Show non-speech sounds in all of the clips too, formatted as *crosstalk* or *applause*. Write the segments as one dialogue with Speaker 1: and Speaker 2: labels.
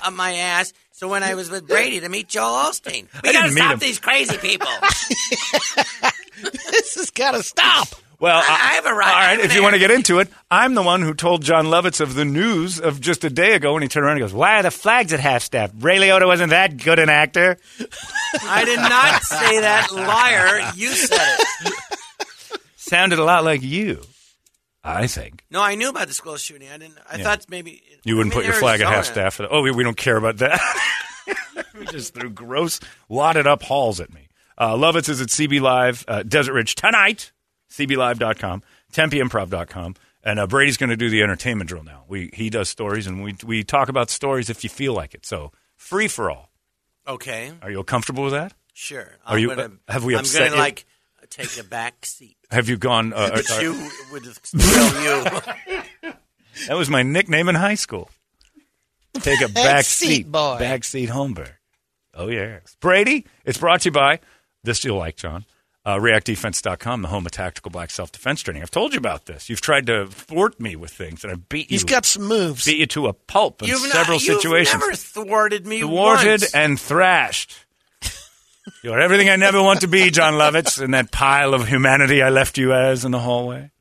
Speaker 1: up my ass. So when I was with Brady to meet Joel Olstein, we
Speaker 2: didn't
Speaker 1: gotta
Speaker 2: meet
Speaker 1: stop
Speaker 2: him.
Speaker 1: these crazy people.
Speaker 2: *laughs*
Speaker 3: This has got to stop.
Speaker 2: Well,
Speaker 1: I- I have a right.
Speaker 2: All right,
Speaker 1: I'm
Speaker 2: if you
Speaker 1: there.
Speaker 2: want to get into it, I'm the one who told John Lovitz of the news of just a day ago, and he turned around and goes, "Why are the flags at half staff? Ray Liotta wasn't that good an actor."
Speaker 1: I did not say that, liar. You said it.
Speaker 2: Sounded a lot like you, I think.
Speaker 1: No, I knew about the school shooting. I didn't. I thought maybe
Speaker 2: You wouldn't
Speaker 1: I'm
Speaker 2: put
Speaker 1: in
Speaker 2: your flag at half
Speaker 1: Arizona.
Speaker 2: staff. For that. Oh, we, we don't care about that. *laughs* we just threw gross, wadded up halls at me. Uh, Lovitz is at CB Live, uh, Desert Ridge tonight, cblive.com, tempeimprov.com. And uh, Brady's going to do the entertainment drill now. We, he does stories, and we, we talk about stories if you feel like it. So free for all.
Speaker 1: Okay,
Speaker 2: Are you comfortable with that?
Speaker 1: sure.
Speaker 2: Are you- uh, have we
Speaker 1: I'm
Speaker 2: upset
Speaker 1: gonna
Speaker 2: you?
Speaker 1: like take a back seat.
Speaker 2: Have you gone? Uh, uh, uh,
Speaker 1: You would
Speaker 2: *laughs*
Speaker 1: tell you.
Speaker 2: that was my nickname in high school.
Speaker 1: *laughs*
Speaker 2: Take a back
Speaker 3: seat
Speaker 2: seat,
Speaker 3: boy.
Speaker 2: back seat Holmberg. Oh yes, Brady. It's brought to you by this. You'll like John. Uh, ReactDefense.com, the home of tactical black self defense training. I've told you about this. You've tried to thwart me with things, and I beat you.
Speaker 3: He's got some moves.
Speaker 2: beat you to a pulp in several
Speaker 1: not, you've
Speaker 2: situations.
Speaker 1: never thwarted me.
Speaker 2: thwarted
Speaker 1: once.
Speaker 2: and thrashed. You're everything I never want to be, John Lovitz, and that pile of humanity I left you as in the hallway.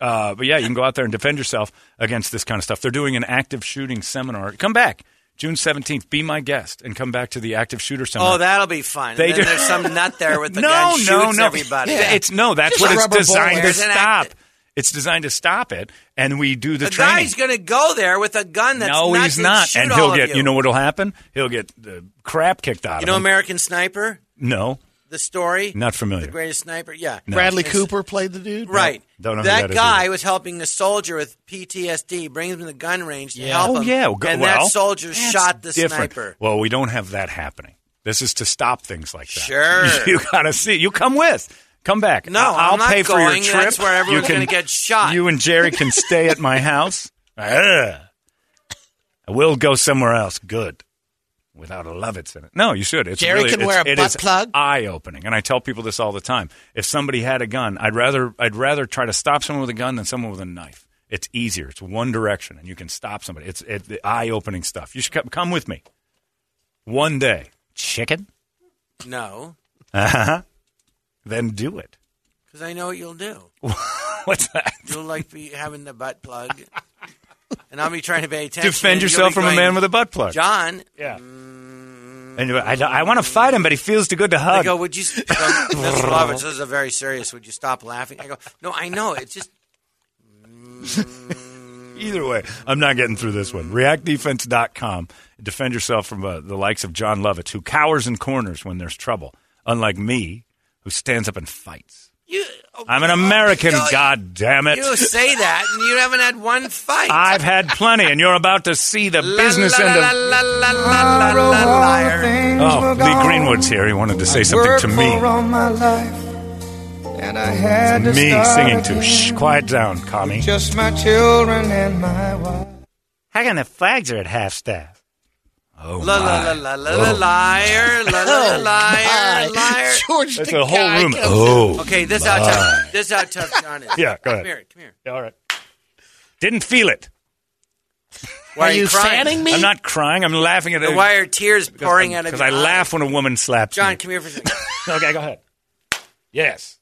Speaker 2: Uh, but yeah, you can go out there and defend yourself against this kind of stuff. They're doing an active shooting seminar. Come back June 17th. Be my guest and come back to the active shooter seminar.
Speaker 1: Oh, that'll be fun.
Speaker 2: They
Speaker 1: They then
Speaker 2: do-
Speaker 1: there's some nut
Speaker 2: *laughs*
Speaker 1: there with the
Speaker 2: no,
Speaker 1: gun shoots
Speaker 2: no, no.
Speaker 1: everybody.
Speaker 2: Yeah. It's no. That's
Speaker 3: Just
Speaker 2: what it's
Speaker 3: rubber
Speaker 2: designed to
Speaker 1: bullets. There's an
Speaker 2: stop.
Speaker 1: act-
Speaker 2: It's designed to stop it, and we do the,
Speaker 1: the
Speaker 2: training
Speaker 1: guy's going to go there with a gun that's
Speaker 2: no,
Speaker 1: nuts
Speaker 2: he's not,
Speaker 1: and, shoot
Speaker 2: and he'll
Speaker 1: all of
Speaker 2: get.
Speaker 1: You.
Speaker 2: know what'll happen? He'll get the crap kicked out
Speaker 1: You
Speaker 2: of
Speaker 1: know,
Speaker 2: him.
Speaker 1: American Sniper,
Speaker 2: no,
Speaker 1: the story.
Speaker 2: not familiar.
Speaker 1: the greatest sniper. Yeah,
Speaker 3: Bradley Cooper played the dude.
Speaker 1: right.
Speaker 2: Don't know who that
Speaker 1: that
Speaker 2: is
Speaker 1: guy
Speaker 2: either.
Speaker 1: was helping a solger with PTSD. Brings him to the gun range to
Speaker 3: Yeah.
Speaker 1: help
Speaker 2: Oh
Speaker 1: him.
Speaker 2: yeah, well, go-
Speaker 1: and
Speaker 2: well,
Speaker 1: that soldier
Speaker 2: that's
Speaker 1: shot the
Speaker 2: different.
Speaker 1: sniper.
Speaker 2: Well, we don't have that happening. This is to stop things like that.
Speaker 1: Sure.
Speaker 2: *laughs* you gotta see. You come with. Come back.
Speaker 1: No,
Speaker 2: I- I'll
Speaker 1: I'm not
Speaker 2: pay for your
Speaker 1: going.
Speaker 2: trip.
Speaker 1: That's where
Speaker 2: You
Speaker 1: everyone's
Speaker 2: can-
Speaker 1: gonna get shot.
Speaker 2: You and Jerry can stay at my house. Ugh. I will go somewhere else. Good. Without a Lovitz in it. No, you should. It's
Speaker 3: Jerry
Speaker 2: really,
Speaker 3: can
Speaker 2: it's,
Speaker 3: wear a
Speaker 2: it
Speaker 3: butt
Speaker 2: is
Speaker 3: plug.
Speaker 2: Eye-opening, and I tell people this all the time. If somebody had a gun, I'd rather I'd rather try to stop someone with a gun than someone with a knife. It's easier. It's one direction, and you can stop somebody. It's it, the eye-opening stuff. You should come, come with me. One day, chicken.
Speaker 1: No,
Speaker 2: Then do it. *laughs*
Speaker 1: because I know what you'll do.
Speaker 2: What's that?
Speaker 1: You'll like be having the butt plug, and I'll be trying to pay attention.
Speaker 2: Defend yourself from a man with a butt plug.
Speaker 1: John.
Speaker 2: Yeah. And you're like, I, don't- I want to fight him, but he feels too good to
Speaker 1: I
Speaker 2: hug.
Speaker 1: go, would you, Mr.
Speaker 2: *laughs*
Speaker 1: Lovitz, this is a very serious. Would you stop laughing? I go, no, I know. It's just,
Speaker 2: Either way, I'm not getting through this one. ReactDefense.com. Defend yourself from uh, the likes of John Lovitz, who cowers in corners when there's trouble, unlike me, who stands up and fights.
Speaker 1: you,
Speaker 2: I'm an American,
Speaker 1: Oh, you-
Speaker 2: God damn it.
Speaker 1: You say that, and you haven't had one fight.
Speaker 2: I've had plenty, and you're about to see the
Speaker 1: *laughs* La,
Speaker 2: business
Speaker 1: la,
Speaker 2: end
Speaker 1: la,
Speaker 2: of.
Speaker 1: la, la, la, la, la, liar.
Speaker 2: Oh, Lee Greenwood's here. He wanted to say something to me.
Speaker 4: And I had to
Speaker 2: Me
Speaker 4: start
Speaker 2: singing to.
Speaker 4: again.
Speaker 2: Shh, quiet down, commie.
Speaker 4: Just my children and my wife.
Speaker 2: How come the flags are at half staff? Oh,
Speaker 1: La, la, la, la, la, la, liar. La, la, la, liar.
Speaker 2: *laughs*
Speaker 1: Liar.
Speaker 3: *laughs* George,
Speaker 2: That's
Speaker 3: the
Speaker 2: a whole
Speaker 3: guy
Speaker 2: room.
Speaker 3: comes-
Speaker 2: Oh.
Speaker 1: Okay, this is how tough. This is how tough John is.
Speaker 2: Yeah, go
Speaker 1: Come
Speaker 2: ahead.
Speaker 1: here. Come here.
Speaker 2: All right. Didn't feel it.
Speaker 1: Why
Speaker 3: Are you
Speaker 1: crying?
Speaker 3: fanning me?
Speaker 2: I'm not crying. I'm laughing at
Speaker 1: The
Speaker 2: it.
Speaker 1: why are tears pouring out of
Speaker 2: Because
Speaker 1: your
Speaker 2: I
Speaker 1: eyes?
Speaker 2: laugh when a woman slaps
Speaker 1: John,
Speaker 2: me.
Speaker 1: come here for
Speaker 2: *laughs*
Speaker 1: a second.
Speaker 2: Okay, go ahead. Yes.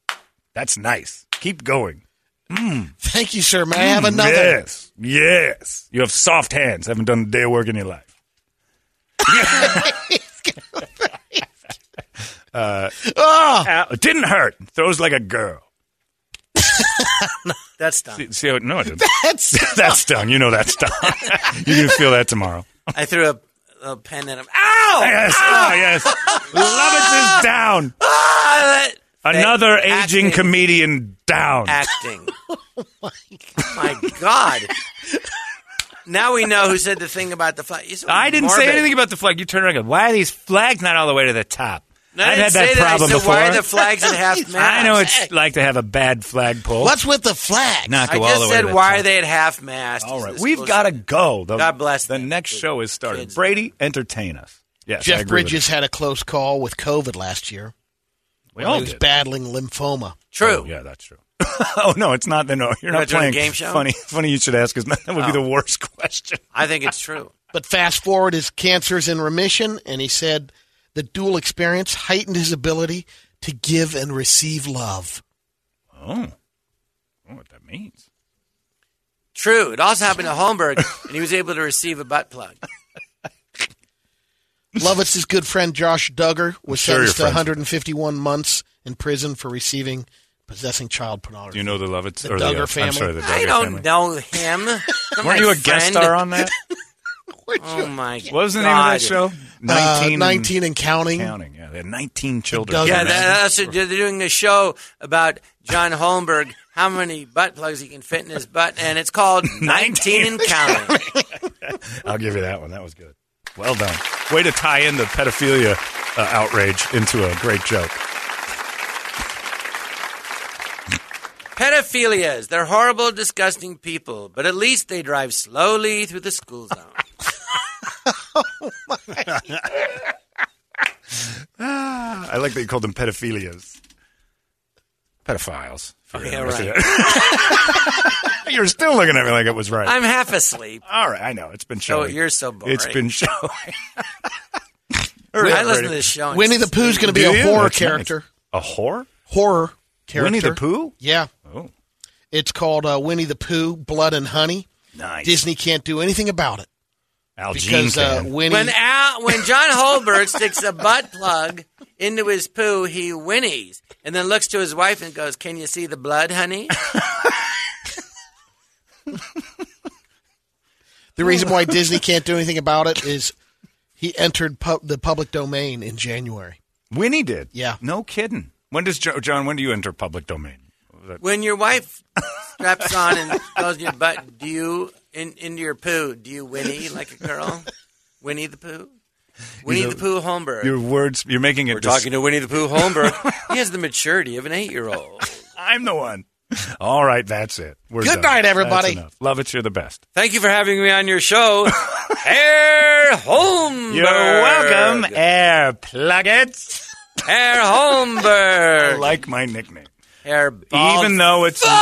Speaker 2: That's nice. Keep going.
Speaker 3: Thank you, sir. May I
Speaker 2: Mm,
Speaker 3: have another?
Speaker 2: Yes. Yes. You have soft hands. Haven't done a day of work in your life.
Speaker 3: Oh,
Speaker 2: Ow, it didn't hurt. Throws like a girl.
Speaker 1: That's done.
Speaker 2: See, how- no, it didn't. *laughs*
Speaker 3: that's
Speaker 2: that's done. You know that's done. *laughs* you can feel that tomorrow.
Speaker 1: I threw a, a pen at him. Ow!
Speaker 2: *laughs* Yes. Oh, yes. Lovitz is down.
Speaker 1: Ah!
Speaker 2: Another
Speaker 1: They-
Speaker 2: aging
Speaker 1: acting.
Speaker 2: comedian down. *laughs*
Speaker 1: acting.
Speaker 2: Oh
Speaker 1: my God. Now we know who said the thing about the flag. You're so
Speaker 2: I didn't
Speaker 1: morbid.
Speaker 2: say anything about the flag. You turn around and go, why are these flags not all the way to the top?
Speaker 1: No, I
Speaker 2: I've
Speaker 1: didn't
Speaker 2: had that
Speaker 1: say
Speaker 2: problem
Speaker 1: I said,
Speaker 2: before.
Speaker 1: Why are the flags at half mast?
Speaker 2: *laughs* I know it's like to have a bad flagpole.
Speaker 3: what's with the flag?
Speaker 2: Not
Speaker 1: I
Speaker 2: go all the
Speaker 1: just
Speaker 2: way to
Speaker 1: said,
Speaker 2: the
Speaker 1: why
Speaker 2: top.
Speaker 1: are they at half mast?
Speaker 2: All
Speaker 1: Is
Speaker 2: right,
Speaker 1: this
Speaker 2: we've
Speaker 1: supposed
Speaker 2: got to go. The,
Speaker 1: God bless
Speaker 2: The
Speaker 1: them.
Speaker 2: next show is started.
Speaker 1: Kids.
Speaker 2: Brady, entertain us. Yes, I
Speaker 3: Jeff
Speaker 2: agree with
Speaker 3: Bridges had a close call with COVID last year.
Speaker 2: you. We
Speaker 3: when
Speaker 2: all
Speaker 3: he was
Speaker 2: did.
Speaker 3: battling lymphoma.
Speaker 1: True.
Speaker 2: Oh, yeah, that's true. *laughs* oh no, it's not. No, you're not
Speaker 1: not doing a
Speaker 2: playing
Speaker 1: game show? Oh.
Speaker 2: Funny, funny. You should ask. Because *laughs* that would be the worst question.
Speaker 1: I think it's true.
Speaker 3: But fast forward, his cancer's in remission, and he said the dual experience heightened his ability to give and receive love.
Speaker 2: Oh, I don't know what that means?
Speaker 1: True. It also happened
Speaker 2: *laughs*
Speaker 1: to Holmberg, and he was able to receive a butt plug.
Speaker 3: Lovett's good friend Josh Duggar was
Speaker 2: sure you're
Speaker 3: sentenced to
Speaker 2: friends with
Speaker 3: 151 months in prison for receiving possessing child
Speaker 2: Do
Speaker 3: pornography.
Speaker 2: you know the Lovitz
Speaker 3: The
Speaker 2: or the,
Speaker 3: Duggar
Speaker 2: uh, I'm
Speaker 3: family.
Speaker 2: sorry, the Duggar
Speaker 1: I don't
Speaker 2: family.
Speaker 1: know him.
Speaker 2: *laughs* Weren't you a guest star on that?
Speaker 1: Oh my God!
Speaker 2: What was the name of that show?
Speaker 3: Uh,
Speaker 2: 19,
Speaker 3: 19 and counting.
Speaker 2: counting. Yeah, they had 19 children.
Speaker 3: Duggar
Speaker 1: Yeah,
Speaker 3: Imagine.
Speaker 1: that, that's what they're doing the show about John Holmberg, how many butt plugs he can fit in his butt, and
Speaker 3: *laughs*
Speaker 1: it's called 19 and Counting.
Speaker 2: I'll give you that one. That was good. Well done. Way to tie in the pedophilia uh, outrage into a great joke.
Speaker 1: Pedophilias, they're horrible, disgusting people, but at least they drive slowly through the
Speaker 3: *laughs*
Speaker 1: school zone.
Speaker 2: I like that you called them pedophilias. Pedophiles.
Speaker 1: Yeah, right.
Speaker 2: *laughs* You're still looking at me like it was right.
Speaker 1: I'm half asleep.
Speaker 2: All right, I know. It's been
Speaker 1: Oh,
Speaker 2: showing.
Speaker 1: you're so boring.
Speaker 2: It's been showing.
Speaker 1: I listen to this show. and
Speaker 3: Winnie the
Speaker 1: it's-
Speaker 3: Pooh's going to
Speaker 2: *laughs*
Speaker 3: be
Speaker 2: Do
Speaker 3: a
Speaker 2: you?
Speaker 3: horror
Speaker 2: That's nice.
Speaker 3: character.
Speaker 2: A whore?
Speaker 3: Horror character.
Speaker 2: Winnie the Pooh?
Speaker 3: Yeah.
Speaker 2: Oh,
Speaker 3: It's called uh, Winnie the Pooh, Blood and Honey.
Speaker 2: nice.
Speaker 3: Disney can't do anything about it
Speaker 2: Al Jean
Speaker 3: because uh,
Speaker 2: can.
Speaker 3: Winnie.
Speaker 1: When Al, when
Speaker 3: *laughs*
Speaker 1: John Holmberg sticks a butt plug into his poo, he whinnies and then looks to his wife and goes, "Can you see the blood, honey?"
Speaker 3: the reason why Disney can't do anything about it is he entered pu- the public domain in January.
Speaker 2: Winnie did.
Speaker 3: Yeah.
Speaker 2: No kidding. When does jo- John? When do you enter public domain?
Speaker 1: When your wife straps on and goes in your butt, do you in, into your poo? Do you whinny like a girl? Winnie the Pooh. Winnie
Speaker 2: know,
Speaker 1: the Pooh Holmberg.
Speaker 2: Your words. You're making it.
Speaker 1: We're
Speaker 2: dis-
Speaker 1: talking to Winnie the
Speaker 2: *laughs*
Speaker 1: Pooh Holmberg. he has the maturity of an eight-year-old.
Speaker 2: I'm the one. All right, that's it. We're done.
Speaker 3: Good night, everybody.
Speaker 2: That's enough. Love it. You're the best.
Speaker 1: Thank you for having me on
Speaker 2: *laughs*
Speaker 1: your show, Herr Holmberg.
Speaker 2: You're welcome, Air Pluggets.
Speaker 1: Herr
Speaker 2: I *laughs*
Speaker 1: Holmberg.
Speaker 2: like my nickname,
Speaker 1: Herr Bald-
Speaker 2: even though it's. *laughs*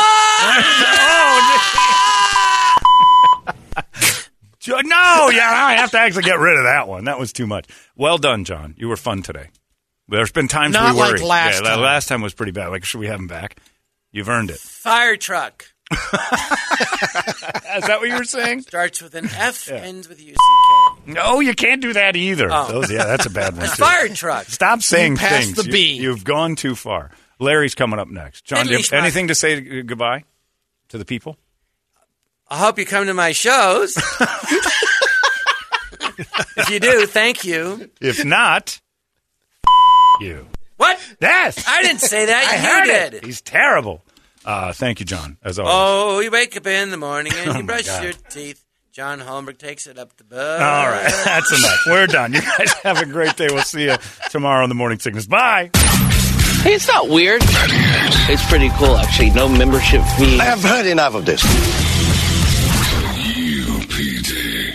Speaker 2: Oh, John- no, yeah, I have to actually get rid of that one. That was too much. Well done, John. You were fun today. There's been times
Speaker 3: Not
Speaker 2: we worried.
Speaker 3: like last
Speaker 2: yeah, that
Speaker 3: time.
Speaker 2: last time was pretty bad. Like, should we have him back? You've earned it.
Speaker 1: fire truck
Speaker 2: Is that what you were saying?
Speaker 1: starts with an F, ends with U C
Speaker 2: *laughs*
Speaker 1: K.
Speaker 2: No, you can't do that either.
Speaker 1: Oh.
Speaker 2: Those, yeah, that's a bad one.
Speaker 1: A
Speaker 2: too.
Speaker 1: fire truck.
Speaker 2: Stop saying
Speaker 3: passed
Speaker 2: things.
Speaker 3: the
Speaker 2: You-
Speaker 3: B.
Speaker 2: You've gone too far. Larry's coming up next. John, do you have
Speaker 1: Fiddly schmuck.
Speaker 2: anything to say to, goodbye to the people?
Speaker 1: I hope you come to my shows. if you do, thank you. *laughs*
Speaker 2: If not, you.
Speaker 1: What?
Speaker 2: Yes.
Speaker 1: I didn't say that.
Speaker 2: *laughs* I
Speaker 1: you
Speaker 2: heard
Speaker 1: did.
Speaker 2: it. He's terrible. Uh, thank you, John, as always.
Speaker 1: Oh, you wake up in the morning and you
Speaker 2: Oh my
Speaker 1: brush
Speaker 2: God.
Speaker 1: your teeth. John Holmberg takes it up the butt.
Speaker 2: All right, *laughs* that's enough. We're done. You guys *laughs* have a great day. We'll see you tomorrow on the Morning Sickness. Bye.
Speaker 5: Hey, it's not weird. It's pretty cool, actually. No membership fee.
Speaker 6: I have heard enough of this.
Speaker 7: UPD.